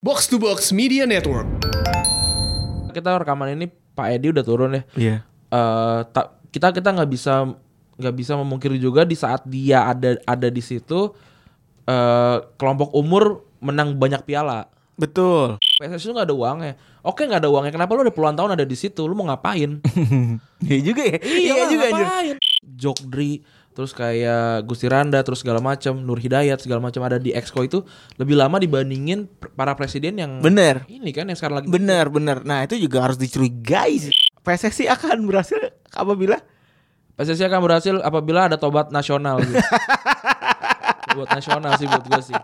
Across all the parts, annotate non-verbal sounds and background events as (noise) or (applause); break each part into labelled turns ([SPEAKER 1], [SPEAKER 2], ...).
[SPEAKER 1] Box to Box Media Network.
[SPEAKER 2] kita rekaman ini Pak Edi udah turun ya.
[SPEAKER 3] Iya.
[SPEAKER 2] Eh, ta- kita kita nggak bisa nggak bisa memungkiri juga di saat dia ada ada di situ eh, kelompok umur menang banyak piala.
[SPEAKER 3] Betul.
[SPEAKER 2] PSSI itu nggak ada uangnya. Oke nggak ada uangnya. Kenapa lu udah puluhan tahun ada di situ? Lu mau
[SPEAKER 3] (laughs)
[SPEAKER 2] ngapain?
[SPEAKER 3] Iya juga ya. Iya,
[SPEAKER 2] lah,
[SPEAKER 3] juga anjir.
[SPEAKER 2] ngapain? Jokdri, terus kayak Gusti Randa, terus segala macam, Nur Hidayat segala macam ada di Exco itu lebih lama dibandingin pr- para presiden yang
[SPEAKER 3] Bener.
[SPEAKER 2] ini kan yang sekarang lagi
[SPEAKER 3] Bener, bener. Nah itu juga harus dicurigai sih. PSSI akan berhasil apabila
[SPEAKER 2] PSSI akan berhasil apabila ada tobat nasional gitu.
[SPEAKER 3] (laughs)
[SPEAKER 2] buat nasional sih buat gue sih.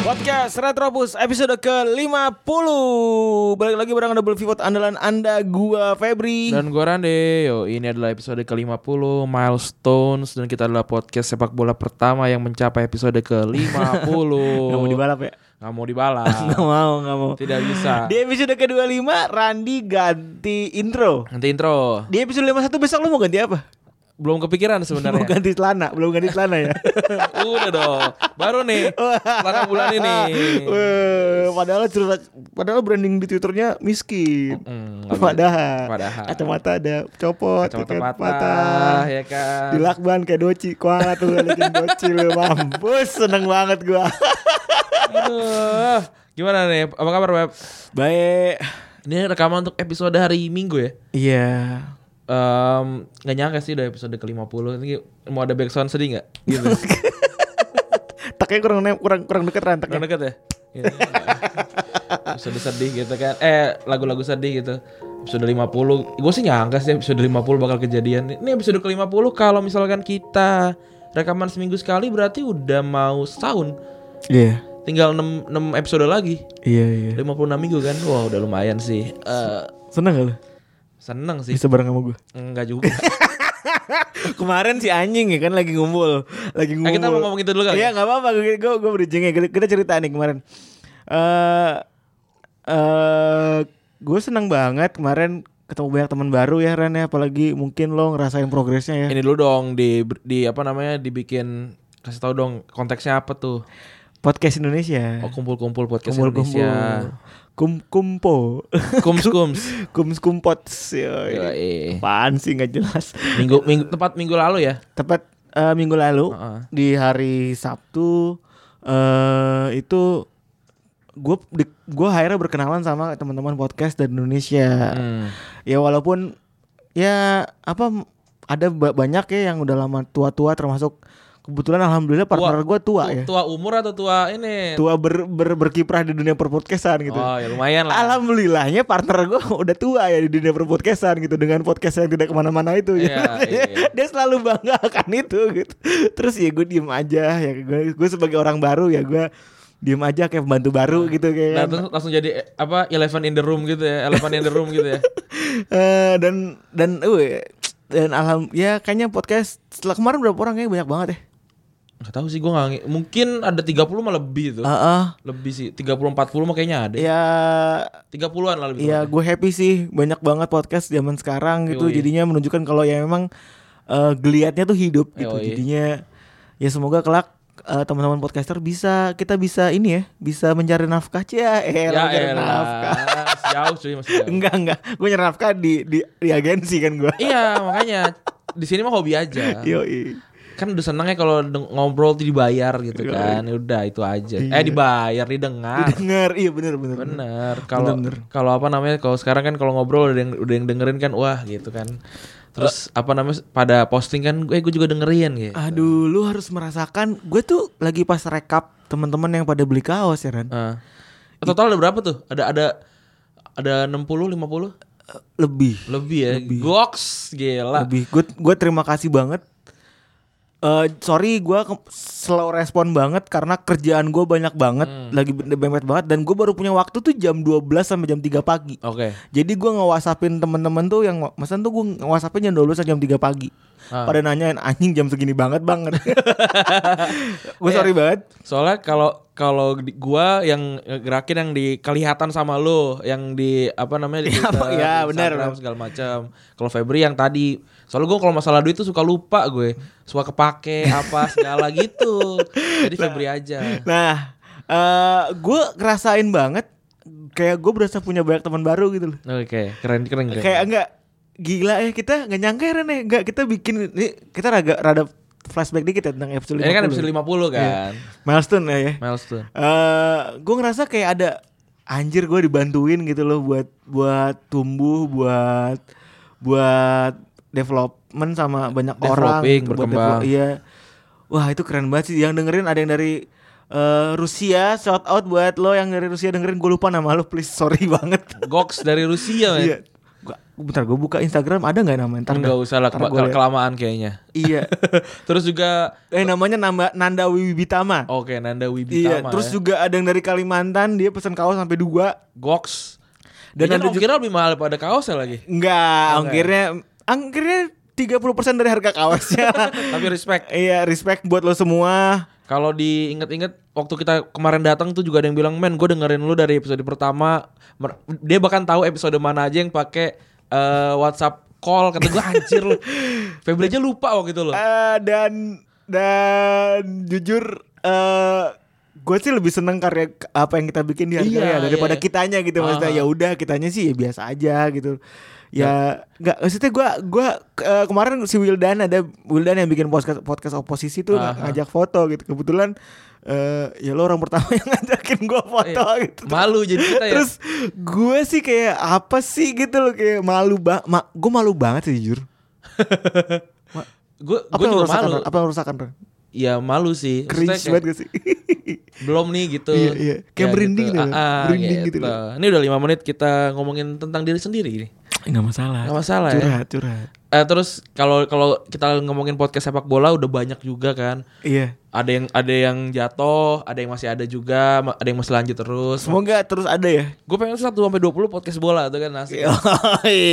[SPEAKER 3] Podcast Retrobus episode ke-50 Balik lagi bareng Double Pivot andalan Anda Gua Febri
[SPEAKER 2] Dan gue Rande, yo ini adalah episode ke-50 Milestones dan kita adalah podcast sepak bola pertama yang mencapai episode ke-50.
[SPEAKER 3] (laughs) Nggak mau dibalap ya?
[SPEAKER 2] Nggak mau dibalas.
[SPEAKER 3] (laughs) Nggak mau, nggak mau
[SPEAKER 2] Tidak bisa.
[SPEAKER 3] Di episode ke-25 Randi ganti intro
[SPEAKER 2] Nanti intro.
[SPEAKER 3] Di episode 51 besok lu mau ganti apa?
[SPEAKER 2] Belum kepikiran
[SPEAKER 3] Mau
[SPEAKER 2] sebenarnya.
[SPEAKER 3] ganti celana, belum ganti celana ya? (laughs)
[SPEAKER 2] (laughs) Udah dong. Baru nih. Selama bulan
[SPEAKER 3] (laughs)
[SPEAKER 2] ini.
[SPEAKER 3] Weh, padahal cerita, padahal branding di twitternya miskin.
[SPEAKER 2] Mm,
[SPEAKER 3] (laughs)
[SPEAKER 2] nggak bisa.
[SPEAKER 3] padahal,
[SPEAKER 2] Padahal.
[SPEAKER 3] kacamata ada copot,
[SPEAKER 2] Kacamata
[SPEAKER 3] tiket
[SPEAKER 2] patah, ya kan.
[SPEAKER 3] dilakban kayak doci, kuala tuh ngeliatin doci lu mampus, seneng banget gua. (laughs)
[SPEAKER 2] Aduh. Gimana nih? Apa kabar, Beb?
[SPEAKER 3] Baik,
[SPEAKER 2] Ini rekaman untuk episode hari Minggu ya.
[SPEAKER 3] iya.
[SPEAKER 2] Em, Nggak nyangka sih udah episode ke-50. Ini mau ada backsound sedih nggak? Gitu.
[SPEAKER 3] Taknya kurang nem- kurang kurang dekat
[SPEAKER 2] Kurang
[SPEAKER 3] rantaknya.
[SPEAKER 2] deket ya? Gitu. episode sedih gitu kan. Eh, lagu-lagu sedih gitu. Episode 50. Gue sih nyangka sih episode 50 bakal kejadian. Ini episode ke-50 kalau misalkan kita rekaman seminggu sekali berarti udah mau setahun.
[SPEAKER 3] Iya,
[SPEAKER 2] Tinggal 6, episode lagi.
[SPEAKER 3] iya iya.
[SPEAKER 2] 56 minggu kan. Wah, udah lumayan sih. Eh,
[SPEAKER 3] Seneng gak lu?
[SPEAKER 2] seneng sih.
[SPEAKER 3] Bisa bareng sama gua.
[SPEAKER 2] Enggak juga.
[SPEAKER 3] Kemarin si anjing ya kan lagi ngumpul, lagi ngumpul.
[SPEAKER 2] Eh, kita mau ngomong itu dulu kali.
[SPEAKER 3] Iya
[SPEAKER 2] ya?
[SPEAKER 3] nggak apa-apa gue gue gue bridging ya. Kita, kita cerita nih kemarin. Eh eh gue senang banget kemarin ketemu banyak teman baru ya Ren ya. Apalagi mungkin lo ngerasain progresnya ya.
[SPEAKER 2] Ini dulu dong di di apa namanya dibikin kasih tahu dong konteksnya apa tuh?
[SPEAKER 3] Podcast Indonesia.
[SPEAKER 2] Oh kumpul-kumpul podcast
[SPEAKER 3] Iya. Kumpul-kumpul.
[SPEAKER 2] Indonesia.
[SPEAKER 3] Kum (laughs) kumpo.
[SPEAKER 2] Kums kums.
[SPEAKER 3] Kums kumpots. (laughs) Yoi.
[SPEAKER 2] Yoi.
[SPEAKER 3] Apaan sih nggak jelas.
[SPEAKER 2] minggu minggu tepat minggu lalu ya.
[SPEAKER 3] Tepat eh, minggu lalu
[SPEAKER 2] Heeh.
[SPEAKER 3] di hari Sabtu eh itu gue gue akhirnya berkenalan sama teman-teman podcast dari Indonesia.
[SPEAKER 2] Hmm.
[SPEAKER 3] Ya walaupun ya apa m- ada ba- banyak ya yang udah lama tua-tua termasuk kebetulan alhamdulillah partner gue tua
[SPEAKER 2] Tu-
[SPEAKER 3] ya.
[SPEAKER 2] Tua umur atau tua ini?
[SPEAKER 3] Tua ber, ber- berkiprah di dunia perpodcastan gitu.
[SPEAKER 2] Oh, ya lumayan lah.
[SPEAKER 3] Alhamdulillahnya partner gue (laughs) udah tua ya di dunia perpodcastan gitu dengan podcast yang tidak kemana-mana itu.
[SPEAKER 2] Iya,
[SPEAKER 3] Jadi,
[SPEAKER 2] iya.
[SPEAKER 3] (laughs) Dia selalu bangga akan itu gitu. Terus ya gue diem aja ya gue, gue sebagai orang baru ya gue diem aja kayak pembantu baru gitu
[SPEAKER 2] Nah,
[SPEAKER 3] kayak. kan.
[SPEAKER 2] terus langsung jadi eh, apa elephant in the room gitu ya, elephant in the room gitu ya.
[SPEAKER 3] (laughs) Eh, dan dan eh dan alham ya kayaknya podcast setelah kemarin berapa orang kayaknya banyak banget ya.
[SPEAKER 2] Gak tahu sih gue nggak ngi- mungkin ada 30 mah lebih tuh.
[SPEAKER 3] Heeh.
[SPEAKER 2] Lebih sih 30 40 mah kayaknya ada.
[SPEAKER 3] Ya
[SPEAKER 2] 30-an lah lebih.
[SPEAKER 3] ya gue happy sih banyak banget podcast zaman sekarang gitu
[SPEAKER 2] Yoi.
[SPEAKER 3] jadinya menunjukkan kalau ya memang eh, geliatnya tuh hidup gitu
[SPEAKER 2] Yoi.
[SPEAKER 3] jadinya ya semoga kelak eh, teman-teman podcaster bisa kita bisa ini ya bisa mencari nafkah cia eh
[SPEAKER 2] Ya
[SPEAKER 3] mencari
[SPEAKER 2] elah.
[SPEAKER 3] nafkah (laughs)
[SPEAKER 2] Jauh cuy masih jauh.
[SPEAKER 3] enggak enggak gue nyari nafkah di di, di agensi kan gue
[SPEAKER 2] Iya makanya di sini mah hobi aja.
[SPEAKER 3] Yoi
[SPEAKER 2] Kan udah senangnya kalau deng- ngobrol tuh dibayar gitu kan. Udah itu aja. Eh dibayar didengar.
[SPEAKER 3] denger iya bener bener, bener.
[SPEAKER 2] Ah. Bener. Kalau kalau apa namanya kalau sekarang kan kalau ngobrol udah yang udah yang dengerin kan wah gitu kan. Terus apa namanya pada posting kan gue gue juga dengerin gitu.
[SPEAKER 3] aduh lu harus merasakan gue tuh lagi pas rekap teman-teman yang pada beli kaos ya Ran
[SPEAKER 2] Ah. Total ada berapa tuh? Ada ada ada 60 50
[SPEAKER 3] lebih
[SPEAKER 2] lebih ya. Goks gila.
[SPEAKER 3] lebih gue gue terima kasih banget eh sorry gue slow respon banget karena kerjaan gue banyak banget lagi ben- bempet banget dan gue baru punya waktu tuh jam 12 sampai jam 3 pagi
[SPEAKER 2] Oke.
[SPEAKER 3] jadi gue nge-whatsappin temen-temen tuh yang Masan tuh gue nge-whatsappin jam 12 jam 3 pagi
[SPEAKER 2] Ah.
[SPEAKER 3] Pada nanyain anjing jam segini banget banget Gue sorry banget
[SPEAKER 2] Soalnya kalau kalau di- gua yang gerakin yang di kelihatan sama lu, yang di apa namanya di
[SPEAKER 3] (laughs) Iya,
[SPEAKER 2] Twitter,
[SPEAKER 3] iya,
[SPEAKER 2] di
[SPEAKER 3] benar.
[SPEAKER 2] Instagram, segala macam. Kalau Febri yang tadi, soalnya gua kalau masalah duit tuh suka lupa gue, suka kepake apa segala
[SPEAKER 3] (laughs)
[SPEAKER 2] gitu. Jadi Febri aja.
[SPEAKER 3] Nah Gue ngerasain banget Kayak gue berasa punya banyak teman baru gitu loh
[SPEAKER 2] Oke, keren keren keren.
[SPEAKER 3] Kayak enggak Gila ya kita nggak nyangka ya Ren ya Enggak kita bikin ini, Kita raga, rada flashback dikit ya tentang episode 50
[SPEAKER 2] Ini kan episode 50 kan.
[SPEAKER 3] Milestone ya, ya.
[SPEAKER 2] Milestone.
[SPEAKER 3] eh gue ngerasa kayak ada anjir gue dibantuin gitu loh buat buat tumbuh buat buat development sama banyak orang
[SPEAKER 2] Developing,
[SPEAKER 3] buat
[SPEAKER 2] berkembang.
[SPEAKER 3] develop- iya wah itu keren banget sih yang dengerin ada yang dari eh, Rusia shout out buat lo yang dari Rusia dengerin gue lupa nama lo please sorry (laughs) banget
[SPEAKER 2] Goks dari Rusia. men.
[SPEAKER 3] iya Gua- bentar gue buka Instagram ada nggak nama ntar
[SPEAKER 2] Enggak
[SPEAKER 3] dah.
[SPEAKER 2] usah lah keba-
[SPEAKER 3] Ntar gua ya. liat.
[SPEAKER 2] kelamaan
[SPEAKER 3] (laughs)
[SPEAKER 2] kayaknya. (laughs)
[SPEAKER 3] iya
[SPEAKER 2] Terus juga
[SPEAKER 3] eh namanya nama Nanda Wibitama
[SPEAKER 2] oke Nanda
[SPEAKER 3] iya
[SPEAKER 2] Oh, Wibitama.
[SPEAKER 3] terus
[SPEAKER 2] ya.
[SPEAKER 3] juga ada yang dari Kalimantan dia pesan kaos sampai dua
[SPEAKER 2] Goks.
[SPEAKER 3] Dan
[SPEAKER 2] Dan
[SPEAKER 3] ada juga-
[SPEAKER 2] ongkirnya lebih mahal pada kaosnya ya lagi.
[SPEAKER 3] Enggak, ongkirnya ongkirnya 30% dari harga kaosnya.
[SPEAKER 2] (laughs) Tapi respect.
[SPEAKER 3] iya, respect buat lo semua.
[SPEAKER 2] Kalau diinget-inget waktu kita kemarin datang tuh juga ada yang bilang, "Men, gue dengerin lu dari episode pertama." Mer- Dia bahkan tahu episode mana aja yang pakai eh, WhatsApp call kata gue anjir
[SPEAKER 3] (laughs)
[SPEAKER 2] lu. Febri aja lupa waktu itu loh.
[SPEAKER 3] Eh, dan dan jujur eh gue sih lebih seneng karya apa yang kita bikin di harga
[SPEAKER 2] Iya,
[SPEAKER 3] ya, daripada
[SPEAKER 2] iya.
[SPEAKER 3] kitanya gitu maksudnya. Ya udah, kitanya sih ya biasa aja gitu. Ya enggak maksudnya gue gua eh, kemarin si Wildan ada Wildan yang bikin podcast podcast oposisi tuh
[SPEAKER 2] Aha.
[SPEAKER 3] ngajak foto gitu. Kebetulan eh ya lo orang pertama (laughs) yang ngajakin gue foto gitu.
[SPEAKER 2] Iya. Malu jadi kita ya.
[SPEAKER 3] Terus gue sih kayak apa sih gitu loh kayak malu banget. gue malu banget sih jujur.
[SPEAKER 2] gue
[SPEAKER 3] Apa
[SPEAKER 2] gue
[SPEAKER 3] yang
[SPEAKER 2] juga
[SPEAKER 3] rusakan?
[SPEAKER 2] malu.
[SPEAKER 3] Ren? Apa yang rusakan? Ren?
[SPEAKER 2] Ya malu sih. Maksudnya
[SPEAKER 3] Cringe
[SPEAKER 2] kayak,
[SPEAKER 3] banget gak sih?
[SPEAKER 2] belum nih gitu.
[SPEAKER 3] Iya, iya. Kayak merinding
[SPEAKER 2] gitu.
[SPEAKER 3] gitu loh.
[SPEAKER 2] Ah, ah,
[SPEAKER 3] Merinding
[SPEAKER 2] gitu.
[SPEAKER 3] gitu loh.
[SPEAKER 2] Ini udah lima menit kita ngomongin tentang diri sendiri nih.
[SPEAKER 3] Enggak masalah.
[SPEAKER 2] (laughs) Nggak masalah ya.
[SPEAKER 3] Curhat, curhat.
[SPEAKER 2] Eh, terus kalau kalau kita ngomongin podcast sepak bola udah banyak juga kan.
[SPEAKER 3] Iya.
[SPEAKER 2] ada yang ada yang jatuh, ada yang masih ada juga, ma- ada yang masih lanjut terus.
[SPEAKER 3] Semoga terus ada ya.
[SPEAKER 2] Gue pengen 1 sampai 20 podcast bola tuh kan asik.
[SPEAKER 3] Iya. Yoi.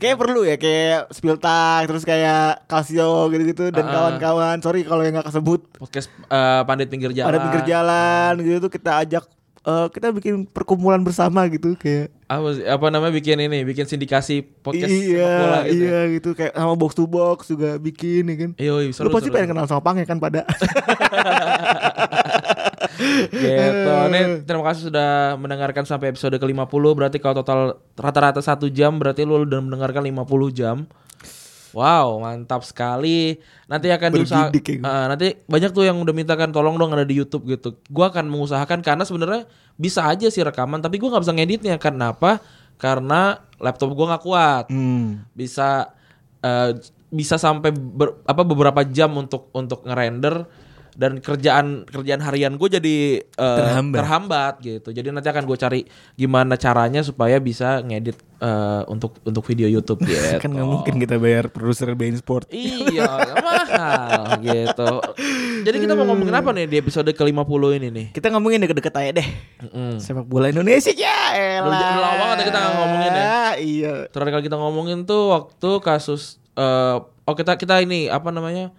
[SPEAKER 3] kayak perlu ya kayak spill tag terus kayak Casio
[SPEAKER 2] Ah.
[SPEAKER 3] gitu-gitu dan kawan-kawan. Sorry kalau yang nggak kesebut.
[SPEAKER 2] Podcast eh, pandit pinggir jalan.
[SPEAKER 3] Ada pinggir jalan gitu tuh kita ajak eh, kita bikin perkumpulan bersama gitu kayak
[SPEAKER 2] Apa, sih- apa namanya bikin ini, bikin sindikasi podcast
[SPEAKER 3] iya,
[SPEAKER 2] sepak bola gitu.
[SPEAKER 3] Iya gitu kayak sama box to box juga bikin ya kan.
[SPEAKER 2] Iya, iya, seru,
[SPEAKER 3] Lu pasti
[SPEAKER 2] seru.
[SPEAKER 3] pengen kenal sama Pang ya kan pada.
[SPEAKER 2] Gitu.
[SPEAKER 3] Eh.
[SPEAKER 2] Nih, terima kasih sudah mendengarkan sampai episode ke-50. Berarti kalau total rata-rata 1 jam berarti lu udah mendengarkan 50 jam. Wow, mantap sekali. Nanti akan diusaha
[SPEAKER 3] Bergidik ya gua.
[SPEAKER 2] Eh, nanti banyak tuh yang udah mintakan tolong dong ada di YouTube gitu. Gua akan mengusahakan karena sebenarnya bisa aja sih rekaman, tapi gua nggak bisa ngeditnya. Kenapa? Karena laptop gua nggak kuat.
[SPEAKER 3] Hmm.
[SPEAKER 2] Bisa eh, bisa sampai ber- apa beberapa jam untuk untuk ngerender dan kerjaan kerjaan harian gue jadi eh,
[SPEAKER 3] Terhambat.
[SPEAKER 2] terhambat gitu. Jadi nanti akan gue cari gimana caranya supaya bisa ngedit eh, untuk untuk video YouTube
[SPEAKER 3] (laughs)
[SPEAKER 2] gitu.
[SPEAKER 3] (laughs) Kan nggak mungkin kita bayar produser Bein Sport.
[SPEAKER 2] Iya, mahal gitu. Jadi kita mau ngomongin apa nih di episode ke-50 ini nih?
[SPEAKER 3] Kita ngomongin deket-deket aja deh.
[SPEAKER 2] Mm-mm.
[SPEAKER 3] Sepak bola Indonesia ya.
[SPEAKER 2] Udah-
[SPEAKER 3] elah.
[SPEAKER 2] udah lama banget ya kita nggak ngomongin ya.
[SPEAKER 3] Iya.
[SPEAKER 2] Terakhir kali kita ngomongin tuh waktu kasus eh oh kita kita ini apa namanya?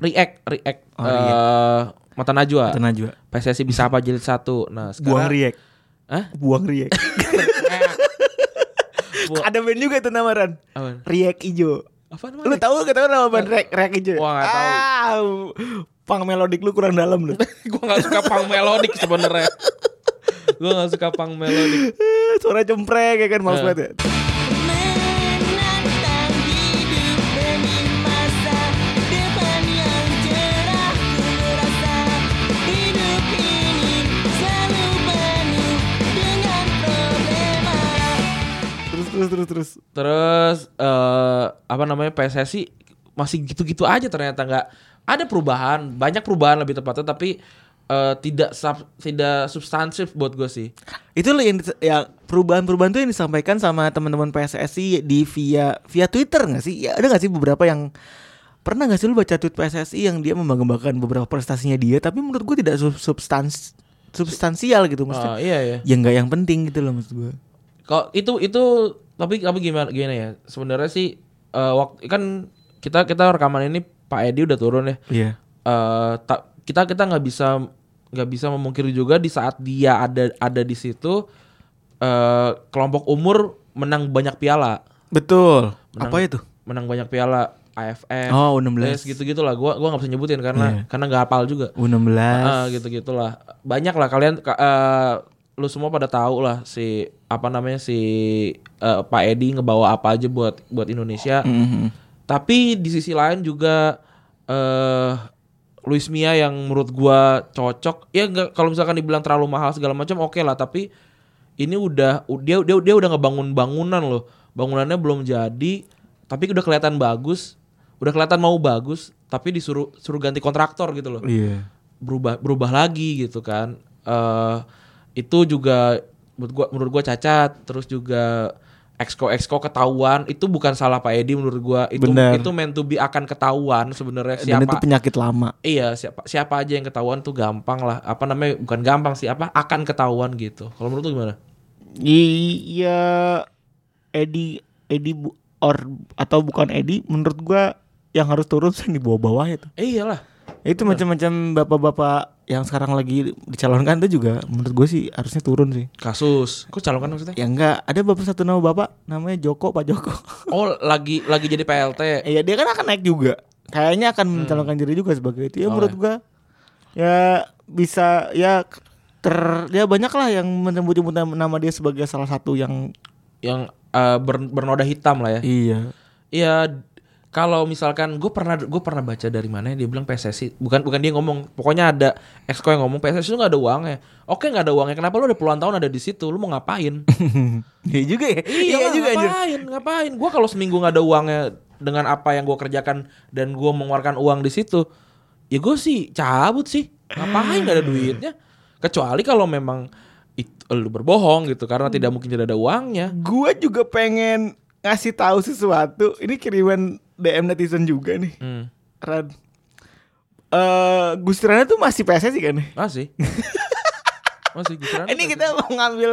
[SPEAKER 2] Eh, re- react, react.
[SPEAKER 3] Oh,
[SPEAKER 2] eh, Mata Najwa.
[SPEAKER 3] Tenang juga.
[SPEAKER 2] PSSI bisa apa jilid satu. Nah, sekarang
[SPEAKER 3] Buang riak.
[SPEAKER 2] Hah?
[SPEAKER 3] Buang
[SPEAKER 2] (laughs)
[SPEAKER 3] riak.
[SPEAKER 2] Bu-
[SPEAKER 3] Ada band juga itu namaran.
[SPEAKER 2] Apaan?
[SPEAKER 3] Riak ijo.
[SPEAKER 2] Apa
[SPEAKER 3] Lu
[SPEAKER 2] namanya?
[SPEAKER 3] tahu gak tahu nama band Riak Riak ijo?
[SPEAKER 2] Wah, nggak tahu.
[SPEAKER 3] Ah, pang melodik lu kurang dalam lu. (laughs)
[SPEAKER 2] gue gak suka pang melodik sebenarnya. gue gak suka pang melodik.
[SPEAKER 3] Eh, Suara cempreng ya kan
[SPEAKER 2] Eh.
[SPEAKER 3] males banget ya.
[SPEAKER 1] Menantang hidup demi masa depan yang cerah ku rasa hidup ini selalu penuh dengan problema.
[SPEAKER 3] Terus terus terus terus.
[SPEAKER 2] Terus eh apa namanya PSSI masih gitu-gitu aja ternyata nggak ada perubahan, banyak perubahan lebih tepatnya tapi eh, tidak sub- tidak substansif buat gue sih. Eh,
[SPEAKER 3] Itu loh yang ya perubahan-perubahan tuh yang disampaikan sama teman-teman PSSI di via via Twitter nggak sih? Ya, ada nggak sih beberapa yang Pernah gak sih lu baca tweet PSSI yang dia membanggakan beberapa prestasinya dia tapi menurut gue tidak sub- substans substansial gitu maksudnya.
[SPEAKER 2] Ah, iya ya.
[SPEAKER 3] ya nggak yang penting gitu loh maksud gue.
[SPEAKER 2] Kok itu itu tapi tapi gimana gimana ya? Sebenarnya sih eh, waktu kan kita kita rekaman ini Pak Edi udah turun ya.
[SPEAKER 3] Iya.
[SPEAKER 2] eh ta- kita kita nggak bisa nggak bisa memungkiri juga di saat dia ada ada di situ eh kelompok umur menang banyak piala
[SPEAKER 3] Betul.
[SPEAKER 2] Menang.
[SPEAKER 3] Apa itu?
[SPEAKER 2] menang banyak piala AFF
[SPEAKER 3] Oh, U16.
[SPEAKER 2] gitu gitulah gua gua nggak bisa nyebutin karena karena nggak hafal juga
[SPEAKER 3] U16.
[SPEAKER 2] gitu gitulah banyak lah kalian ka- eh, lu semua pada tahu lah si apa namanya si eh, Pak Edi ngebawa apa aja buat buat Indonesia
[SPEAKER 3] Mhm.
[SPEAKER 2] tapi di sisi lain juga eh Luis Mia yang menurut gua cocok. Ya nggak kalau misalkan dibilang terlalu mahal segala macam oke lah, tapi ini udah u- dia dia dia udah ngebangun bangunan loh. Bangunannya belum jadi tapi udah kelihatan bagus, udah kelihatan mau bagus, tapi disuruh suruh ganti kontraktor gitu loh
[SPEAKER 3] Iya.
[SPEAKER 2] berubah berubah lagi gitu kan eh itu juga menurut gua menurut gua cacat terus juga exco exco ketahuan itu bukan salah Pak Edi menurut gua itu
[SPEAKER 3] Benar.
[SPEAKER 2] itu meant to be akan ketahuan sebenarnya
[SPEAKER 3] Dan itu
[SPEAKER 2] siapa
[SPEAKER 3] penyakit lama.
[SPEAKER 2] iya siapa siapa aja yang ketahuan tuh gampang lah apa namanya bukan gampang sih apa akan ketahuan gitu kalau menurut lu gimana
[SPEAKER 3] Iya Edi Edi bu, or atau bukan Edi menurut gua yang harus turun sih yang di bawah-bawahnya tuh.
[SPEAKER 2] eh, iyalah
[SPEAKER 3] Ya, Itu macam-macam bapak-bapak yang sekarang lagi dicalonkan tuh juga menurut gue sih harusnya turun sih.
[SPEAKER 2] kasus kok calon kan maksudnya
[SPEAKER 3] Ya enggak, ada bapak satu nama bapak namanya Joko Pak Joko. (laughs)
[SPEAKER 2] oh lagi lagi jadi PLT
[SPEAKER 3] Iya dia kan akan naik juga. Kayaknya akan mencalonkan diri juga sebagai itu. Hmm. Ya menurut gua ya bisa ya ter ya banyak lah yang menyebut-nyebut nama nama dia sebagai salah satu yang
[SPEAKER 2] yang eh, ber- bernoda hitam lah ya
[SPEAKER 3] iya
[SPEAKER 2] Iya kalau misalkan gue pernah gue pernah baca dari mana ya, dia bilang PSSI bukan bukan dia ngomong pokoknya ada exco yang ngomong PSSI itu nggak ada uangnya oke nggak ada uangnya kenapa lu udah puluhan tahun ada di situ lu mau ngapain
[SPEAKER 3] (laughs) Iya juga ya.
[SPEAKER 2] lah, ngapain ngapain gue kalau seminggu nggak ada uangnya dengan apa yang gue kerjakan dan gue mengeluarkan uang di situ ya gue sih cabut sih ngapain nggak ada duitnya kecuali kalau memang itu lu berbohong gitu karena tidak mungkin tidak ada uangnya
[SPEAKER 3] Gue juga pengen ngasih tahu sesuatu. Ini kiriman DM netizen juga nih.
[SPEAKER 2] hmm.
[SPEAKER 3] Ran. Eh Gusti Rana tuh masih PSSI kan? (laughs)
[SPEAKER 2] masih masih Gus Rana
[SPEAKER 3] Ini
[SPEAKER 2] masih.
[SPEAKER 3] kita mau ngambil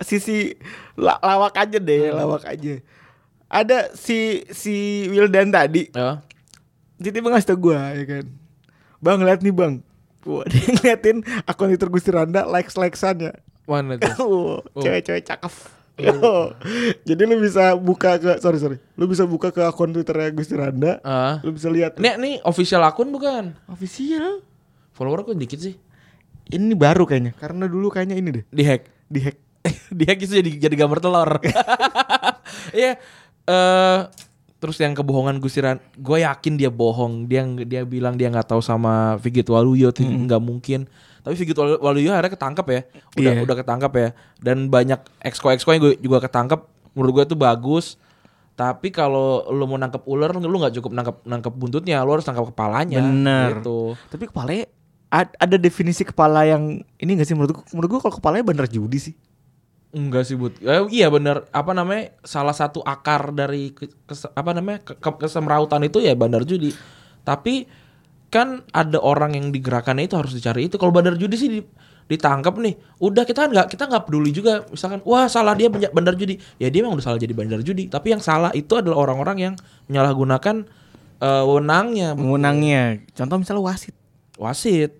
[SPEAKER 3] sisi la- lawak aja deh, lawak aja. Ada si si Wildan tadi,
[SPEAKER 2] ya
[SPEAKER 3] jadi ngasih tau gue ya kan. Bang lihat nih bang, Wah, (laughs) dia ngeliatin akun Twitter Gusti Randa likes likesannya.
[SPEAKER 2] Mana tuh?
[SPEAKER 3] Wow, cewek-cewek cakep. Yo. Jadi lu bisa buka ke sorry sorry, lu bisa buka ke akun Twitternya Gusti Randa,
[SPEAKER 2] (laughs) Ah.
[SPEAKER 3] lu bisa lihat
[SPEAKER 2] Nih, nih official akun bukan?
[SPEAKER 3] official.
[SPEAKER 2] Follower aku dikit sih.
[SPEAKER 3] Ini baru kayaknya, karena dulu kayaknya ini deh
[SPEAKER 2] Dihack.
[SPEAKER 3] dihack.
[SPEAKER 2] (laughs) Dihack itu gitu jadi jadi gambar telur. (laughs) Iya. Eh terus yang kebohongan Gusiran, gue yakin dia bohong. Dia dia bilang dia nggak tahu sama Figit Waluyo, tuh nggak mungkin. Tapi Figit Walu- Waluyo akhirnya ketangkep ya. Udah
[SPEAKER 3] Iya.
[SPEAKER 2] udah ketangkep ya. Dan banyak exco-exco yang gua- juga ketangkep. Menurut gue itu bagus. Tapi kalau lu mau nangkep ular, lu nggak cukup nangkep nangkep buntutnya, lu harus nangkep kepalanya.
[SPEAKER 3] Bener.
[SPEAKER 2] Gitu.
[SPEAKER 3] Tapi kepalanya ad- ada definisi kepala yang ini gak sih menurut gua, menurut gua kalau kepalanya bener judi sih.
[SPEAKER 2] Enggak sih, Bud. Eh, iya benar. Apa namanya? Salah satu akar dari ke- kes- apa namanya? Ke, ke- kesemrautan itu ya bandar judi. Tapi kan ada orang yang digerakannya itu harus dicari itu. Kalau bandar judi sih di- ditangkap nih. Udah kita nggak kita nggak peduli juga. Misalkan wah salah dia banyak bandar judi. Ya dia memang udah salah jadi bandar judi. Tapi yang salah itu adalah orang-orang yang menyalahgunakan eh, wewenangnya
[SPEAKER 3] Mengunangnya. Contoh misalnya wasit.
[SPEAKER 2] wasit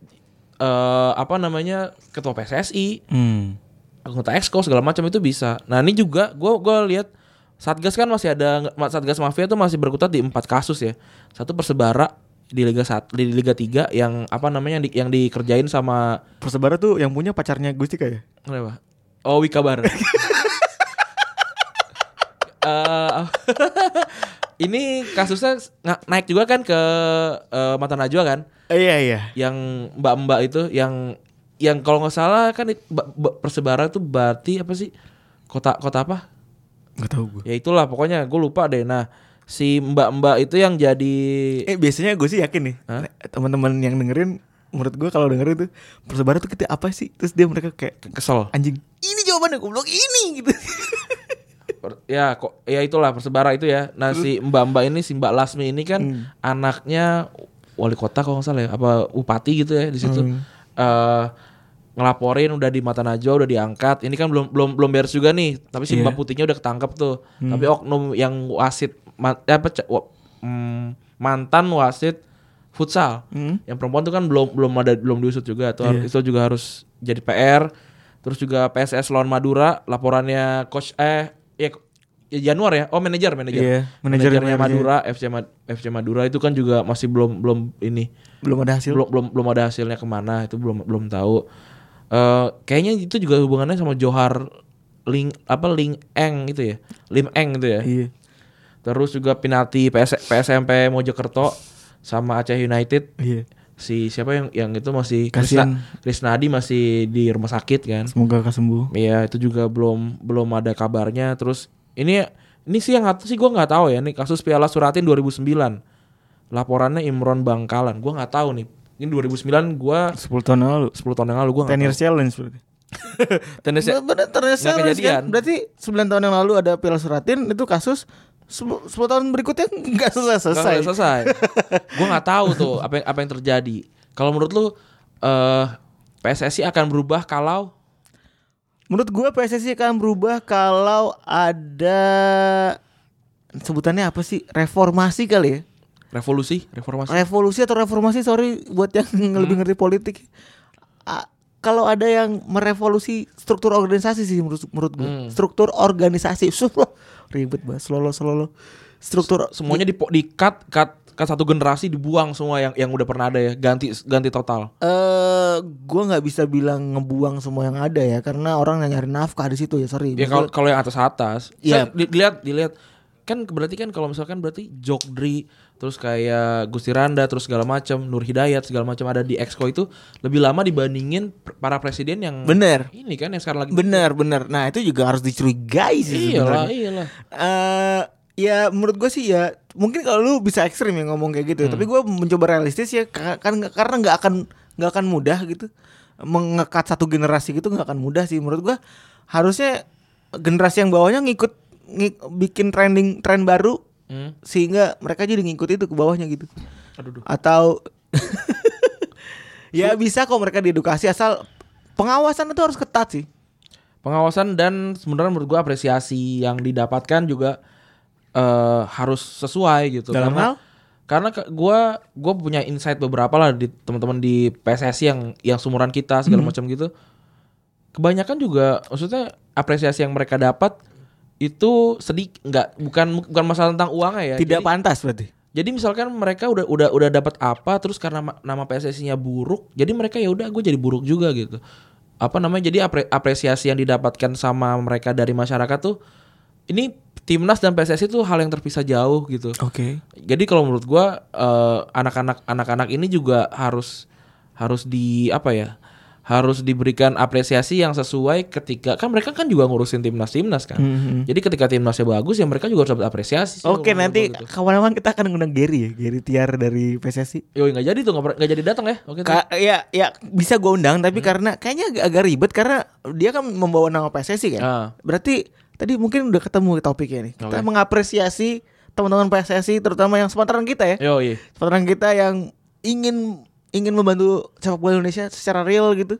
[SPEAKER 2] eh, apa namanya ketua PSSI
[SPEAKER 3] Hmm.
[SPEAKER 2] anggota exco segala macam itu bisa. Nah ini juga gue gua lihat satgas kan masih ada satgas mafia itu masih berkutat di empat kasus ya. Satu persebara di liga sat di liga 3 yang apa namanya yang, di- yang dikerjain sama
[SPEAKER 3] Persebara tuh yang punya pacarnya Gustika ya?
[SPEAKER 2] apa? Oh Wikabar. (laughs) Eh, (laughs) ini kasusnya nga- naik juga kan ke eh, Mata Najwa kan?
[SPEAKER 3] iya iya.
[SPEAKER 2] yang mbak-mbak itu yang yang kalau nggak salah kan it- ba- ba- persebara tuh berarti apa sih kota kota apa
[SPEAKER 3] Gak tau gue.
[SPEAKER 2] ya itulah pokoknya gue lupa deh nah si mbak-mbak itu yang jadi
[SPEAKER 3] Eh biasanya gue sih yakin nih teman-teman yang dengerin menurut gue kalau dengerin tuh persebara tuh kita apa sih terus dia mereka kayak
[SPEAKER 2] kesel
[SPEAKER 3] anjing ini jawabannya goblok ini gitu
[SPEAKER 2] Per- ya kok ya itulah persebara itu ya. Nah si Mbak Mbak ini si Mbak Lasmi ini kan anaknya wali kota kalau nggak salah ya, apa bupati gitu ya di situ. Eh, ngelaporin udah di Mata Najwa udah diangkat. Ini kan belum belum belum beres juga nih. Tapi si
[SPEAKER 3] Iya.
[SPEAKER 2] Mbak Putihnya udah ketangkep tuh. Tapi oknum yang wasit ma- eh, apa ce- wa- mm, mantan wasit futsal. Yang perempuan tuh kan belum belum ada belum diusut juga tuh.
[SPEAKER 3] Iya.
[SPEAKER 2] Itu juga harus jadi PR. Terus juga PSS lawan Madura laporannya coach eh ya, ya Januar ya. Oh manajer manajer.
[SPEAKER 3] Iya, manajer
[SPEAKER 2] Manajernya
[SPEAKER 3] manajernya.
[SPEAKER 2] Madura FC Ma- FC Madura itu kan juga masih belum belum ini
[SPEAKER 3] (laughs) belum ada hasil
[SPEAKER 2] belum belum belum ada hasilnya kemana itu belum belum tahu. Eh kayaknya itu juga hubungannya sama Johar Ling apa Ling Eng gitu ya. Lim Eng gitu ya.
[SPEAKER 3] iya
[SPEAKER 2] Terus juga penalti PS, PSMP Mojokerto sama Aceh United
[SPEAKER 3] iya
[SPEAKER 2] si siapa yang yang itu masih
[SPEAKER 3] Kasian.
[SPEAKER 2] Krisna Krisnadi masih di rumah sakit kan.
[SPEAKER 3] semoga kesembuh
[SPEAKER 2] Iya, itu juga belum belum ada kabarnya. Terus ini ini sih yang satu sih gua nggak tahu ya nih kasus Piala Suratin 2009. Laporannya Imron Bangkalan. Gua nggak tahu nih. Ini 2009 gua
[SPEAKER 3] 10 tahun yang lalu
[SPEAKER 2] 10 tahun yang lalu gua
[SPEAKER 3] ten (laughs)
[SPEAKER 2] nggak
[SPEAKER 3] years challenge berarti
[SPEAKER 2] Tenis
[SPEAKER 3] Bener, bener, ten years
[SPEAKER 2] Nggak
[SPEAKER 3] challenge
[SPEAKER 2] kejadian.
[SPEAKER 3] kan? berarti 9 tahun yang lalu ada Piala Suratin itu kasus sepul- 10 tahun berikutnya (laughs) nggak selesai selesai
[SPEAKER 2] Nggak
[SPEAKER 3] (laughs)
[SPEAKER 2] selesai. gua nggak tahu tuh apa yang, apa yang terjadi. Kalau menurut lu eh PSSI akan berubah kalau
[SPEAKER 3] menurut gua PSSI akan berubah kalau ada sebutannya apa sih reformasi kali ya
[SPEAKER 2] revolusi, reformasi.
[SPEAKER 3] revolusi atau reformasi sorry buat yang
[SPEAKER 2] Hmm.
[SPEAKER 3] (laughs) lebih ngerti politik A- kalau ada yang merevolusi struktur organisasi sih menurut menurut gue
[SPEAKER 2] Hmm.
[SPEAKER 3] struktur organisasi (laughs) Suh, ribet banget selolo selolo struktur
[SPEAKER 2] Semuanya di di cut cut cut satu generasi dibuang semua yang yang udah pernah ada ya, ganti ganti total.
[SPEAKER 3] eh gue nggak bisa bilang ngebuang semua yang ada ya karena orang yang nyari nafkah di situ ya sorry
[SPEAKER 2] Ya kalau kalau yang atas atas.
[SPEAKER 3] Iya.
[SPEAKER 2] dilihat dilihat kan berarti kan kalau misalkan berarti Jokdri terus kayak Gusti Randa terus segala macam Nur Hidayat segala macam ada di Exco itu lebih lama dibandingin per- para presiden yang
[SPEAKER 3] bener
[SPEAKER 2] ini kan yang sekarang lagi
[SPEAKER 3] bener bener nah itu juga harus dicurigai
[SPEAKER 2] iyalah
[SPEAKER 3] sih Iya, sebenarnya
[SPEAKER 2] iyalah
[SPEAKER 3] eh ya menurut gue sih ya mungkin kalau lu bisa ekstrim ya ngomong kayak gitu
[SPEAKER 2] Hmm.
[SPEAKER 3] ya. tapi gue mencoba realistis ya ka- kan nggak- karena nggak akan nggak akan mudah gitu mengekat satu generasi gitu nggak akan mudah sih menurut gue harusnya generasi yang bawahnya ngikut ngi- bikin trending tren baru
[SPEAKER 2] Hmm.
[SPEAKER 3] sehingga mereka jadi ngikut itu ke bawahnya gitu
[SPEAKER 2] Aduh, duh.
[SPEAKER 3] atau (laughs) ya bisa kok mereka diedukasi asal pengawasan itu harus ketat sih
[SPEAKER 2] pengawasan dan sebenarnya menurut gua apresiasi yang didapatkan juga eh, harus sesuai gitu
[SPEAKER 3] Dalam
[SPEAKER 2] karena
[SPEAKER 3] hal?
[SPEAKER 2] karena ke- gua gua punya insight beberapa lah di teman-teman di PSSI yang yang sumuran kita segala macam gitu kebanyakan juga maksudnya apresiasi yang mereka dapat itu sedikit nggak bukan bukan masalah tentang uangnya ya
[SPEAKER 3] tidak
[SPEAKER 2] Jadi-
[SPEAKER 3] pantas berarti
[SPEAKER 2] jadi misalkan mereka udah udah udah dapat apa terus karena ma- nama PSSI-nya buruk, jadi mereka ya udah gue jadi buruk juga gitu. Apa namanya? Jadi apre- apresiasi yang didapatkan sama mereka dari masyarakat tuh ini timnas dan PSSI tuh hal yang terpisah jauh gitu.
[SPEAKER 3] oke
[SPEAKER 2] Jadi kalau menurut gua eh, anak-anak anak-anak ini juga harus harus di apa ya? Harus diberikan apresiasi yang sesuai ketika kan mereka kan juga ngurusin timnas timnas kan.
[SPEAKER 3] Mm-hmm.
[SPEAKER 2] Jadi ketika timnasnya bagus ya mereka juga harus dapat apresiasi. sih
[SPEAKER 3] Hmm. Oke
[SPEAKER 2] kalau menurut
[SPEAKER 3] nanti
[SPEAKER 2] gua gitu.
[SPEAKER 3] kawan-kawan kita akan ngundang Gary ya Gary Tiar dari PSSI
[SPEAKER 2] Yo nggak jadi tuh nggak per- nggak jadi datang ya oke tuh.
[SPEAKER 3] Ka- ya ya bisa gue undang tapi
[SPEAKER 2] Hmm.
[SPEAKER 3] karena kayaknya agak, agak ribet karena dia kan membawa nama PSSI kan
[SPEAKER 2] Ah.
[SPEAKER 3] berarti tadi mungkin udah ketemu topiknya nih kita
[SPEAKER 2] Oke.
[SPEAKER 3] mengapresiasi teman-teman PSSI terutama yang sepantaran kita ya
[SPEAKER 2] Yo iya.
[SPEAKER 3] sepantaran kita yang ingin ingin membantu sepak bola Indonesia secara real gitu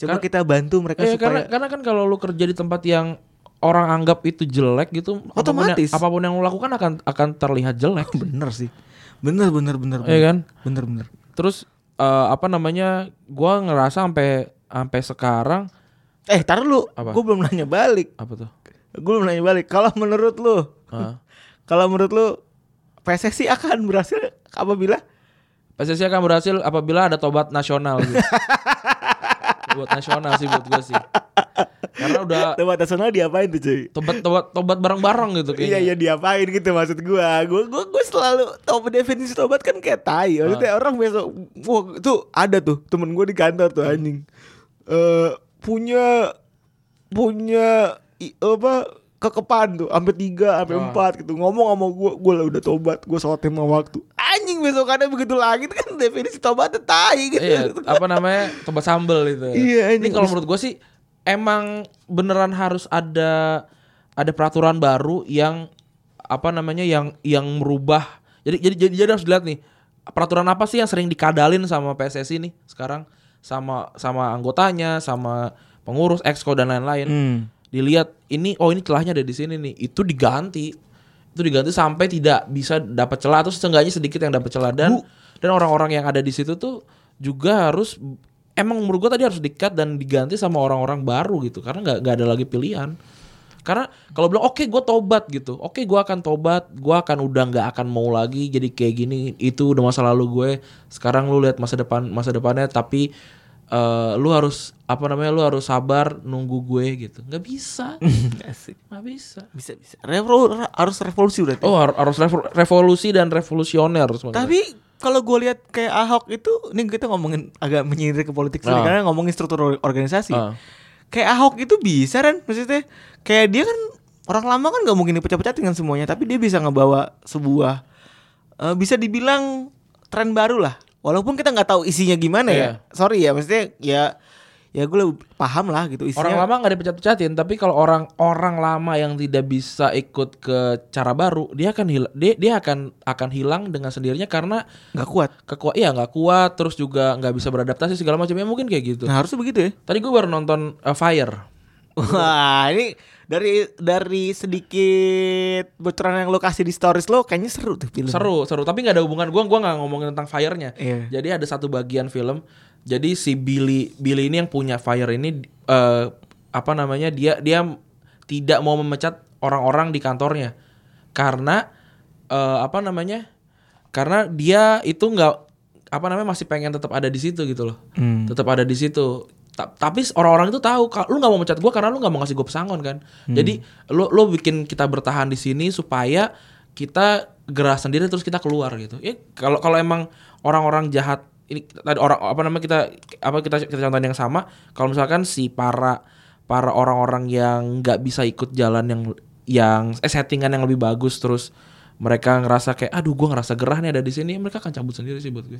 [SPEAKER 3] coba
[SPEAKER 2] Kar-
[SPEAKER 3] kita bantu mereka
[SPEAKER 2] Iya, karena
[SPEAKER 3] supaya
[SPEAKER 2] karena kan kalau lu kerja di tempat yang orang anggap itu jelek gitu apapun yang-
[SPEAKER 3] Otomatis. Oh,
[SPEAKER 2] apapun yang, lu lakukan akan akan terlihat jelek
[SPEAKER 3] bener sih bener bener bener
[SPEAKER 2] Iya
[SPEAKER 3] bener.
[SPEAKER 2] kan?
[SPEAKER 3] bener bener
[SPEAKER 2] terus eh, apa namanya gua ngerasa sampai sampai sekarang
[SPEAKER 3] eh taruh lu
[SPEAKER 2] Apa?
[SPEAKER 3] gue belum nanya balik
[SPEAKER 2] apa tuh Ah.
[SPEAKER 3] Gue mau nanya balik. Kalau menurut lu,
[SPEAKER 2] Heeh.
[SPEAKER 3] kalau menurut lu PSSI akan berhasil apabila
[SPEAKER 2] PSSI akan kan berhasil apabila ada tobat nasional gitu. buat nasional sih buat gua sih karena udah
[SPEAKER 3] debat nasional diapain tuh cuy?
[SPEAKER 2] tobat tobat tobat bareng-bareng gitu
[SPEAKER 3] Iya iya
[SPEAKER 2] kayaknya
[SPEAKER 3] diapain gitu maksud gua. Gua gua gua selalu tahu definisi tobat kan kayak tai. Maksudnya orang besok wah itu ada tuh temen gua di kantor tuh anjing. Eh punya punya i- apa kekepan tuh sampai tiga sampai empat gitu ngomong sama gua gua lah udah tobat gua sholat lima waktu anjing besokannya begitu lagi itu kan definisi tobat tai gitu (laughs)
[SPEAKER 2] Iya, apa namanya tobat sambel itu. ini
[SPEAKER 3] Iya, ini
[SPEAKER 2] kalau
[SPEAKER 3] us-
[SPEAKER 2] menurut gue sih emang beneran harus ada ada peraturan baru yang apa namanya yang yang merubah. Jadi jadi jadi, jadi harus dilihat nih peraturan apa sih yang sering dikadalin sama PSSI nih sekarang sama sama anggotanya, sama pengurus exco dan lain-lain.
[SPEAKER 3] Hmm.
[SPEAKER 2] Dilihat ini oh ini celahnya ada di sini nih. Itu diganti. Itu diganti sampai tidak bisa dapat celah atau setengahnya sedikit yang dapat celah dan dan orang-orang yang ada di situ tuh juga harus emang menurut gua tadi harus dikat dan diganti sama orang-orang baru gitu karena nggak nggak ada lagi pilihan karena kalau bilang oke gua tobat gitu oke gua akan tobat gua akan udah nggak akan mau lagi jadi kayak gini itu udah masa lalu gue sekarang lu lihat masa depan masa depannya tapi eh, lu harus apa namanya lu harus sabar nunggu gue gitu nggak bisa
[SPEAKER 3] Asik.
[SPEAKER 2] nggak bisa
[SPEAKER 3] Bisa bisa. Revo- re- harus revolusi berarti.
[SPEAKER 2] oh har- harus revo- revolusi dan revolusioner sebenarnya.
[SPEAKER 3] Tapi kalau gue lihat kayak Ahok itu, ini kita ngomongin agak menyindir ke politik
[SPEAKER 2] Ah.
[SPEAKER 3] sedikit, karena ngomongin struktur or- organisasi.
[SPEAKER 2] Ah.
[SPEAKER 3] Kayak Ahok itu bisa kan maksudnya kayak dia kan orang lama kan nggak mungkin dipecat-pecatin kan semuanya, tapi dia bisa ngebawa sebuah eh, bisa dibilang tren baru lah. Walaupun kita nggak tahu isinya gimana
[SPEAKER 2] Iya.
[SPEAKER 3] ya. Sorry ya maksudnya ya ya gue lebih paham lah gitu isinya.
[SPEAKER 2] Orang lama nggak dipecat-pecatin, tapi kalau orang-orang lama yang tidak bisa ikut ke cara baru, dia akan hil- dia, dia akan akan hilang dengan sendirinya karena
[SPEAKER 3] nggak kuat.
[SPEAKER 2] kekuat ya nggak kuat, terus juga nggak bisa beradaptasi segala macamnya mungkin kayak gitu.
[SPEAKER 3] Nah, harusnya begitu ya.
[SPEAKER 2] Tadi gue baru nonton uh, Fire.
[SPEAKER 3] Wah, ini dari dari sedikit bocoran yang lo kasih di stories lo kayaknya seru tuh film.
[SPEAKER 2] Seru, seru, tapi nggak ada hubungan gua, gua nggak ngomongin tentang Fire-nya.
[SPEAKER 3] Iya.
[SPEAKER 2] Jadi ada satu bagian film. Jadi si Billy Billy ini yang punya Fire ini eh, apa namanya? Dia dia tidak mau memecat orang-orang di kantornya karena eh, apa namanya? Karena dia itu nggak apa namanya masih pengen tetap ada di situ gitu loh.
[SPEAKER 3] Hmm.
[SPEAKER 2] Tetap ada di situ. Ta- tapi orang-orang itu tahu kalau lu nggak mau mecat gua karena lu nggak mau ngasih gue pesangon kan.
[SPEAKER 3] Hmm.
[SPEAKER 2] Jadi lu lu bikin kita bertahan di sini supaya kita gerah sendiri terus kita keluar gitu. Ya kalau kalau emang orang-orang jahat ini tadi orang apa namanya kita apa kita kita contohin yang sama kalau misalkan si para para orang-orang yang nggak bisa ikut jalan yang yang eh, settingan yang lebih bagus terus mereka ngerasa kayak aduh gua ngerasa gerah nih ada di sini ya mereka akan cabut sendiri sih buat gue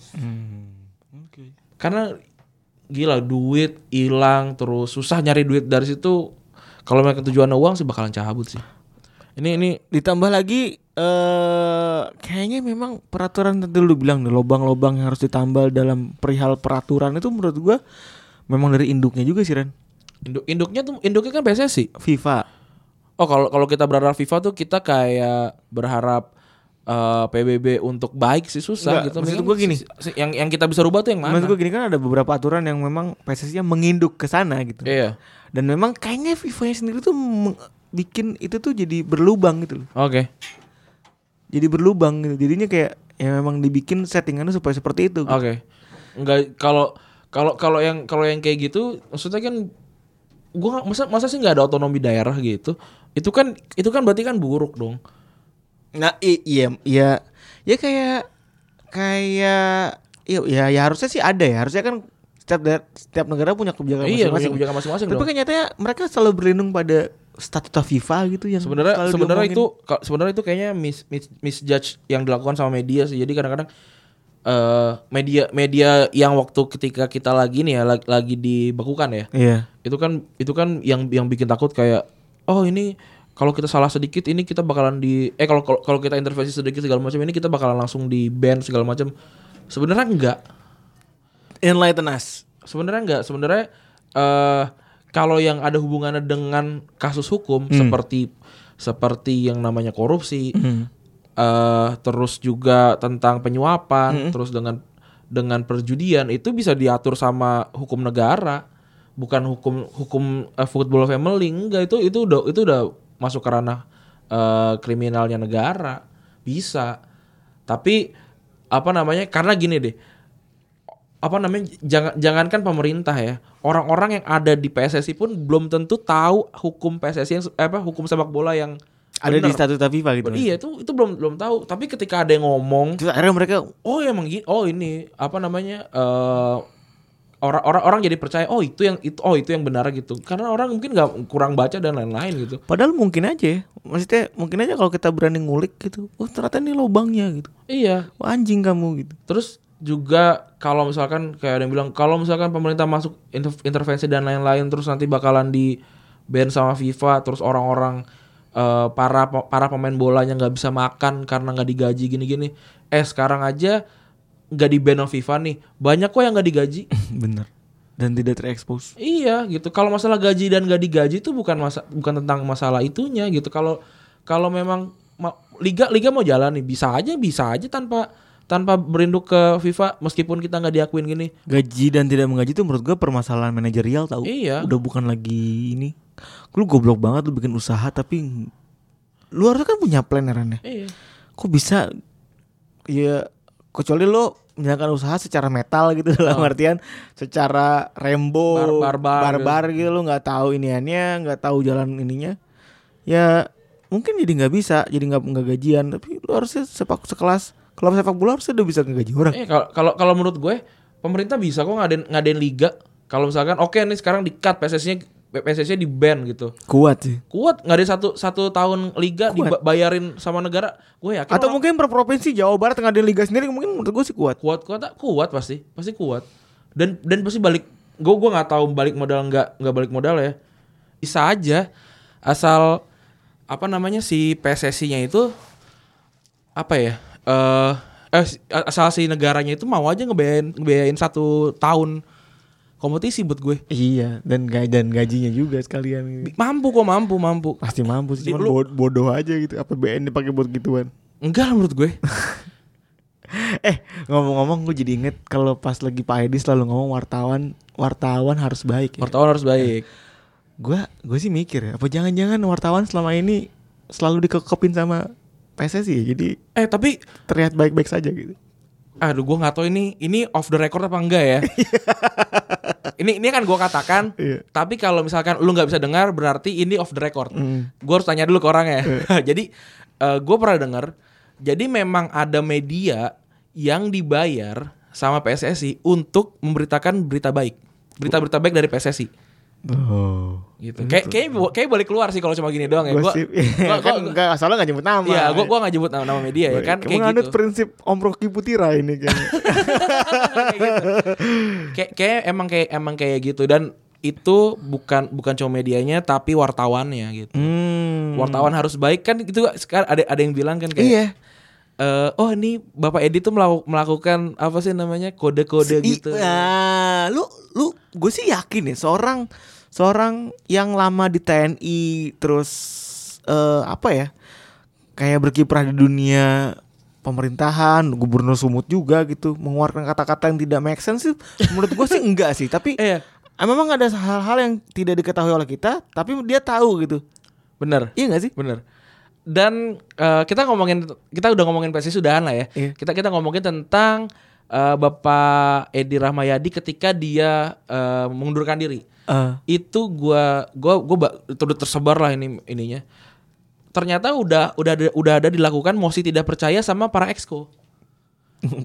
[SPEAKER 2] karena gila duit hilang terus susah nyari duit dari situ kalau mereka tujuan uang sih bakalan cabut sih ini ini
[SPEAKER 3] Ditambah lagi eh kayaknya memang peraturan tadi lu bilang nih lobang-lobang yang harus ditambal dalam perihal peraturan itu menurut gua memang dari induknya juga sih Ren.
[SPEAKER 2] induk induknya tuh induknya kan PSSI
[SPEAKER 3] FIFA.
[SPEAKER 2] Oh kalau kalau kita berharap FIFA tuh kita kayak berharap eh, PBB untuk baik sih susah
[SPEAKER 3] Nggak,
[SPEAKER 2] gitu.
[SPEAKER 3] maksud
[SPEAKER 2] Mendingan
[SPEAKER 3] gua gini.
[SPEAKER 2] si- si- yang yang kita bisa rubah tuh yang mana?
[SPEAKER 3] Menurut gua gini kan ada beberapa aturan yang memang PSSI-nya menginduk ke sana gitu.
[SPEAKER 2] Iya.
[SPEAKER 3] Dan memang kayaknya FIFA-nya sendiri tuh meng- bikin itu tuh jadi berlubang gitu loh.
[SPEAKER 2] Oke.
[SPEAKER 3] jadi berlubang gitu. Jadinya kayak ya memang dibikin settingannya supaya seperti itu. gitu.
[SPEAKER 2] Oke. Enggak kalau kalau kalau yang kalau yang kayak gitu maksudnya kan gua nggak- masa masa sih nggak ada otonomi daerah gitu. Itu kan itu kan berarti kan buruk dong.
[SPEAKER 3] Nah, i- iya iya ya kayak kayak ya, ya ya harusnya sih ada ya. Harusnya kan setiap daer- setiap negara punya
[SPEAKER 2] Iya,
[SPEAKER 3] kebijakan
[SPEAKER 2] punya
[SPEAKER 3] masing-masing.
[SPEAKER 2] kebijakan masing-masing
[SPEAKER 3] Tapi
[SPEAKER 2] dong.
[SPEAKER 3] kan nyatanya mereka selalu berlindung pada statuta FIFA gitu yang
[SPEAKER 2] sebenarnya
[SPEAKER 3] selalu
[SPEAKER 2] sebenarnya
[SPEAKER 3] diomongin.
[SPEAKER 2] itu ka- sebenarnya itu kayaknya mis, mis, misjudge yang dilakukan sama media sih jadi kadang-kadang eh media media yang waktu ketika kita lagi nih ya lagi, lagi dibekukan ya
[SPEAKER 3] Iya.
[SPEAKER 2] itu kan itu kan yang yang bikin takut kayak oh ini kalau kita salah sedikit ini kita bakalan di eh kalau kalau- kalau kita intervensi sedikit segala macam ini kita bakalan langsung di ban segala macam sebenarnya enggak
[SPEAKER 3] Enlighten us.
[SPEAKER 2] sebenarnya enggak sebenarnya eh kalau yang ada hubungannya dengan kasus hukum seperti seperti yang namanya korupsi eh terus juga tentang penyuapan terus dengan dengan perjudian itu bisa diatur sama hukum negara bukan hukum hukum eh, football family enggak itu itu udah itu udah masuk ke ranah eh, kriminalnya negara bisa tapi apa namanya karena gini deh apa namanya jangan jangankan pemerintah ya orang-orang yang ada di PSSI pun belum tentu tahu hukum PSSI yang apa hukum sepak bola yang
[SPEAKER 3] Ada di
[SPEAKER 2] bener.
[SPEAKER 3] statuta FIFA gitu.
[SPEAKER 2] iya itu itu belum belum tahu tapi ketika ada yang ngomong
[SPEAKER 3] Terus akhirnya mereka
[SPEAKER 2] oh emang gini oh ini apa namanya eh, orang orang orang jadi percaya oh itu yang itu oh itu yang benar gitu karena orang mungkin nggak kurang baca dan lain-lain gitu
[SPEAKER 3] padahal mungkin aja ya. Maksudnya mungkin aja kalau kita berani ngulik gitu. Oh, ternyata ini lubangnya gitu.
[SPEAKER 2] iya
[SPEAKER 3] Wah, anjing kamu gitu.
[SPEAKER 2] Terus juga kalau misalkan kayak ada yang bilang kalau misalkan pemerintah masuk inter- intervensi dan lain-lain terus nanti bakalan di ban sama FIFA terus orang-orang eh, para para pemain bolanya nggak bisa makan karena nggak digaji gini-gini. Eh sekarang aja nggak di ban of FIFA nih. Banyak kok yang nggak digaji.
[SPEAKER 3] Bener. Dan tidak terekspos.
[SPEAKER 2] Iya gitu. Kalau masalah gaji dan gak digaji itu bukan masa bukan tentang masalah itunya gitu. Kalau kalau memang ma- liga liga mau jalan nih bisa aja bisa aja tanpa tanpa berinduk ke FIFA meskipun kita nggak diakuin gini.
[SPEAKER 3] Gaji dan tidak menggaji itu menurut gue permasalahan manajerial tau.
[SPEAKER 2] Iya.
[SPEAKER 3] Udah bukan lagi ini. Lu goblok banget lu bikin usaha tapi lu harusnya kan punya plan Ran, ya.
[SPEAKER 2] Iya.
[SPEAKER 3] Kok bisa ya kecuali lu menjalankan usaha secara metal gitu dalam artian secara rembo
[SPEAKER 2] Oh. Barbar-barbar gitu.
[SPEAKER 3] barbar gitu lu nggak tahu iniannya nggak tahu jalan ininya ya mungkin jadi nggak bisa jadi nggak nggak gajian tapi lu harusnya sepak sekelas klub sepak bola harusnya udah bisa ngegaji orang
[SPEAKER 2] Eh kalau kalau kalau menurut gue pemerintah bisa kok ngadain ngadain liga. Kalau misalkan oke nih sekarang di cut PSSI-nya PSSI di ban gitu.
[SPEAKER 3] kuat sih
[SPEAKER 2] Kuat nggak ada satu satu tahun liga
[SPEAKER 3] Kuat.
[SPEAKER 2] dibayarin sama negara. Gue yakin
[SPEAKER 3] Atau
[SPEAKER 2] orang-
[SPEAKER 3] mungkin per provinsi Jawa Barat tengah di liga sendiri mungkin menurut gue sih kuat.
[SPEAKER 2] kuat kuat tak? kuat pasti pasti kuat dan dan pasti balik gue gue nggak tahu balik modal nggak nggak balik modal ya bisa aja asal apa namanya si PSSI-nya itu apa ya eh eh, si- asal si negaranya itu mau aja ngebiayain ngebiayain satu tahun kompetisi buat gue
[SPEAKER 3] Iya, dan gaj dan gajinya juga sekalian.
[SPEAKER 2] Bi- mampu kok mampu mampu
[SPEAKER 3] Pasti mampu
[SPEAKER 2] Di-
[SPEAKER 3] sih, cuman
[SPEAKER 2] lu-
[SPEAKER 3] bod- bodoh aja gitu. APBN dipakai buat
[SPEAKER 2] (laughs)
[SPEAKER 3] gituan.
[SPEAKER 2] enggak lah menurut gue
[SPEAKER 3] Eh, ngomong-ngomong gue jadi inget kalau pas lagi Pak Edi selalu ngomong wartawan wartawan harus baik ya.
[SPEAKER 2] wartawan harus baik
[SPEAKER 3] Gue gue sih mikir ya, apa jangan-jangan wartawan selama ini selalu dikekepin sama PSSI ya, jadi
[SPEAKER 2] eh tapi
[SPEAKER 3] terlihat baik-baik saja gitu.
[SPEAKER 2] Aduh, gue nggak tahu ini ini off the record apa enggak
[SPEAKER 3] (laughs)
[SPEAKER 2] ya. ini ini kan gue katakan.
[SPEAKER 3] Iya.
[SPEAKER 2] Tapi kalau misalkan lu nggak bisa dengar, berarti ini off the record.
[SPEAKER 3] Mm.
[SPEAKER 2] Gue harus tanya dulu ke orangnya.
[SPEAKER 3] Iya.
[SPEAKER 2] (laughs) jadi gue pernah dengar. Jadi memang ada media yang dibayar sama PSSI untuk memberitakan berita baik, berita-berita baik dari PSSI.
[SPEAKER 3] Oh.
[SPEAKER 2] Gitu. Kayak kayak kayak boleh keluar sih kalau cuma gini doang ya.
[SPEAKER 3] Gue
[SPEAKER 2] Gua-
[SPEAKER 3] sih, ya.
[SPEAKER 2] gua-
[SPEAKER 3] (laughs) kan
[SPEAKER 2] gua-
[SPEAKER 3] enggak salah enggak nyebut nama.
[SPEAKER 2] Iya, gue gue nggak nyebut nama, nama media ya kan.
[SPEAKER 3] Kamu nganut prinsip Om Rocky Putira
[SPEAKER 2] (laughs)
[SPEAKER 3] ini kayaknya.
[SPEAKER 2] kayak gitu. Kayak- kayak emang kayak emang kayak gitu dan itu bukan bukan cuma medianya tapi wartawannya gitu.
[SPEAKER 3] hmm.
[SPEAKER 2] Wartawan harus baik kan itu sekarang ada ada yang bilang kan kayak
[SPEAKER 3] Iya.
[SPEAKER 2] eh, oh ini Bapak Edi tuh melaku- melakukan apa sih namanya kode-kode
[SPEAKER 3] I-
[SPEAKER 2] gitu.
[SPEAKER 3] ah, lu lu gue sih yakin ya seorang seorang yang lama di TNI terus eh, apa ya? Kayak berkiprah di dunia pemerintahan, gubernur Sumut juga gitu, mengeluarkan kata-kata yang tidak make sense sih. Menurut gue sih enggak sih,
[SPEAKER 2] (laughs)
[SPEAKER 3] tapi
[SPEAKER 2] Eh,
[SPEAKER 3] ah, memang ada hal-hal yang tidak diketahui oleh kita, tapi dia tahu gitu.
[SPEAKER 2] bener.
[SPEAKER 3] Iya gak sih?
[SPEAKER 2] Bener. Dan eh, kita ngomongin kita udah ngomongin PSSI sudahan lah ya.
[SPEAKER 3] Iya.
[SPEAKER 2] Kita kita ngomongin tentang eh, Bapak Edi Rahmayadi ketika dia eh, mengundurkan diri.
[SPEAKER 3] Eh, (laughs)
[SPEAKER 2] itu gua gua gua ba- itu udah tersebar lah ini ininya ternyata udah udah ada, udah ada dilakukan mosi tidak percaya sama para exco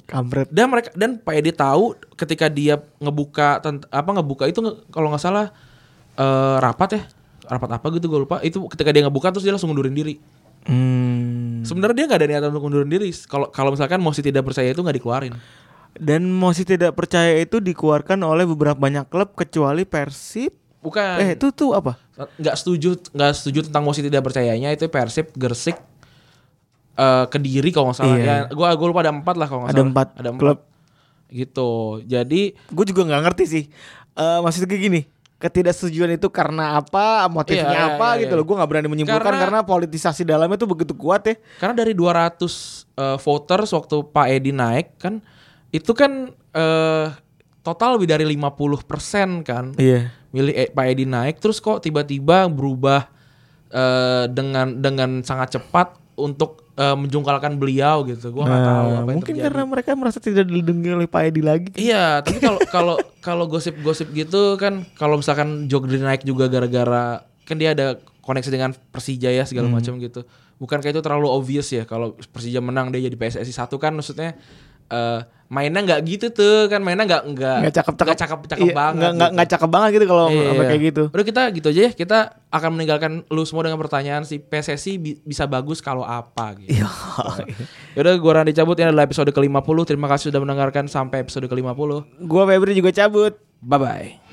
[SPEAKER 3] kampret.
[SPEAKER 2] dan mereka dan Pak Edi tahu ketika dia ngebuka tent- apa ngebuka itu nge- kalau nggak salah eh, rapat ya rapat apa gitu gue lupa itu ketika dia ngebuka terus dia langsung ngundurin diri
[SPEAKER 3] Hmm.
[SPEAKER 2] sebenarnya dia nggak ada niatan untuk ngundurin diri kalau kalau misalkan mosi tidak percaya itu nggak dikeluarin
[SPEAKER 3] Dan mosi tidak percaya itu dikeluarkan oleh beberapa banyak klub kecuali Persib.
[SPEAKER 2] bukan
[SPEAKER 3] Eh itu tuh apa?
[SPEAKER 2] nggak setuju nggak setuju tentang mosi tidak percayanya itu persib gersik eh, kediri kalau nggak salah
[SPEAKER 3] Iya.
[SPEAKER 2] ya gue gue lupa ada empat lah kalau nggak
[SPEAKER 3] Ada
[SPEAKER 2] salah
[SPEAKER 3] empat
[SPEAKER 2] ada empat
[SPEAKER 3] klub.
[SPEAKER 2] gitu jadi
[SPEAKER 3] Gue juga nggak ngerti sih. Eh maksudnya kayak gini, ketidaksetujuan itu karena apa, motifnya
[SPEAKER 2] Iya, iya,
[SPEAKER 3] apa
[SPEAKER 2] iya,
[SPEAKER 3] gitu
[SPEAKER 2] iya.
[SPEAKER 3] loh. Gue nggak berani menyimpulkan
[SPEAKER 2] Karena-
[SPEAKER 3] karena, politisasi dalamnya tuh begitu kuat ya.
[SPEAKER 2] karena dari 200 eh, voters waktu Pak Edi naik kan itu kan eh, total lebih dari 50% kan
[SPEAKER 3] Iya.
[SPEAKER 2] milih eh, Pak Edi naik terus kok tiba-tiba berubah eh, dengan dengan sangat cepat untuk eh, menjungkalkan beliau gitu gue nggak tahu apa yang
[SPEAKER 3] Eh, Nah, mungkin
[SPEAKER 2] terjadi.
[SPEAKER 3] karena mereka merasa tidak dilindungi oleh Pak Edi lagi.
[SPEAKER 2] Iya, tapi
[SPEAKER 3] (laughs)
[SPEAKER 2] kalau kalau kalau gosip-gosip gitu kan kalau misalkan Jogdri naik juga gara-gara kan dia ada koneksi dengan Persija ya segala
[SPEAKER 3] Hmm.
[SPEAKER 2] macam gitu. Bukankah itu terlalu obvious ya kalau Persija menang dia jadi PSSI satu kan maksudnya eh mainnya nggak gitu tuh kan mainnya nggak nggak
[SPEAKER 3] Nggak cakep cakep.
[SPEAKER 2] nggak cakep cakep banget
[SPEAKER 3] Nggak nggak
[SPEAKER 2] gitu.
[SPEAKER 3] nggak cakep banget gitu kalau
[SPEAKER 2] Iya.
[SPEAKER 3] sampai kayak gitu.
[SPEAKER 2] (laughs) Udah kita gitu aja ya. Kita akan meninggalkan lu semua dengan pertanyaan si PSSI bi- bisa bagus kalau apa gitu.
[SPEAKER 3] Iya.
[SPEAKER 2] Yaudah gua Randy cabut ini adalah episode ke-50. Terima kasih sudah mendengarkan sampai episode ke-50.
[SPEAKER 3] Gue Febri juga cabut.
[SPEAKER 2] Bye bye.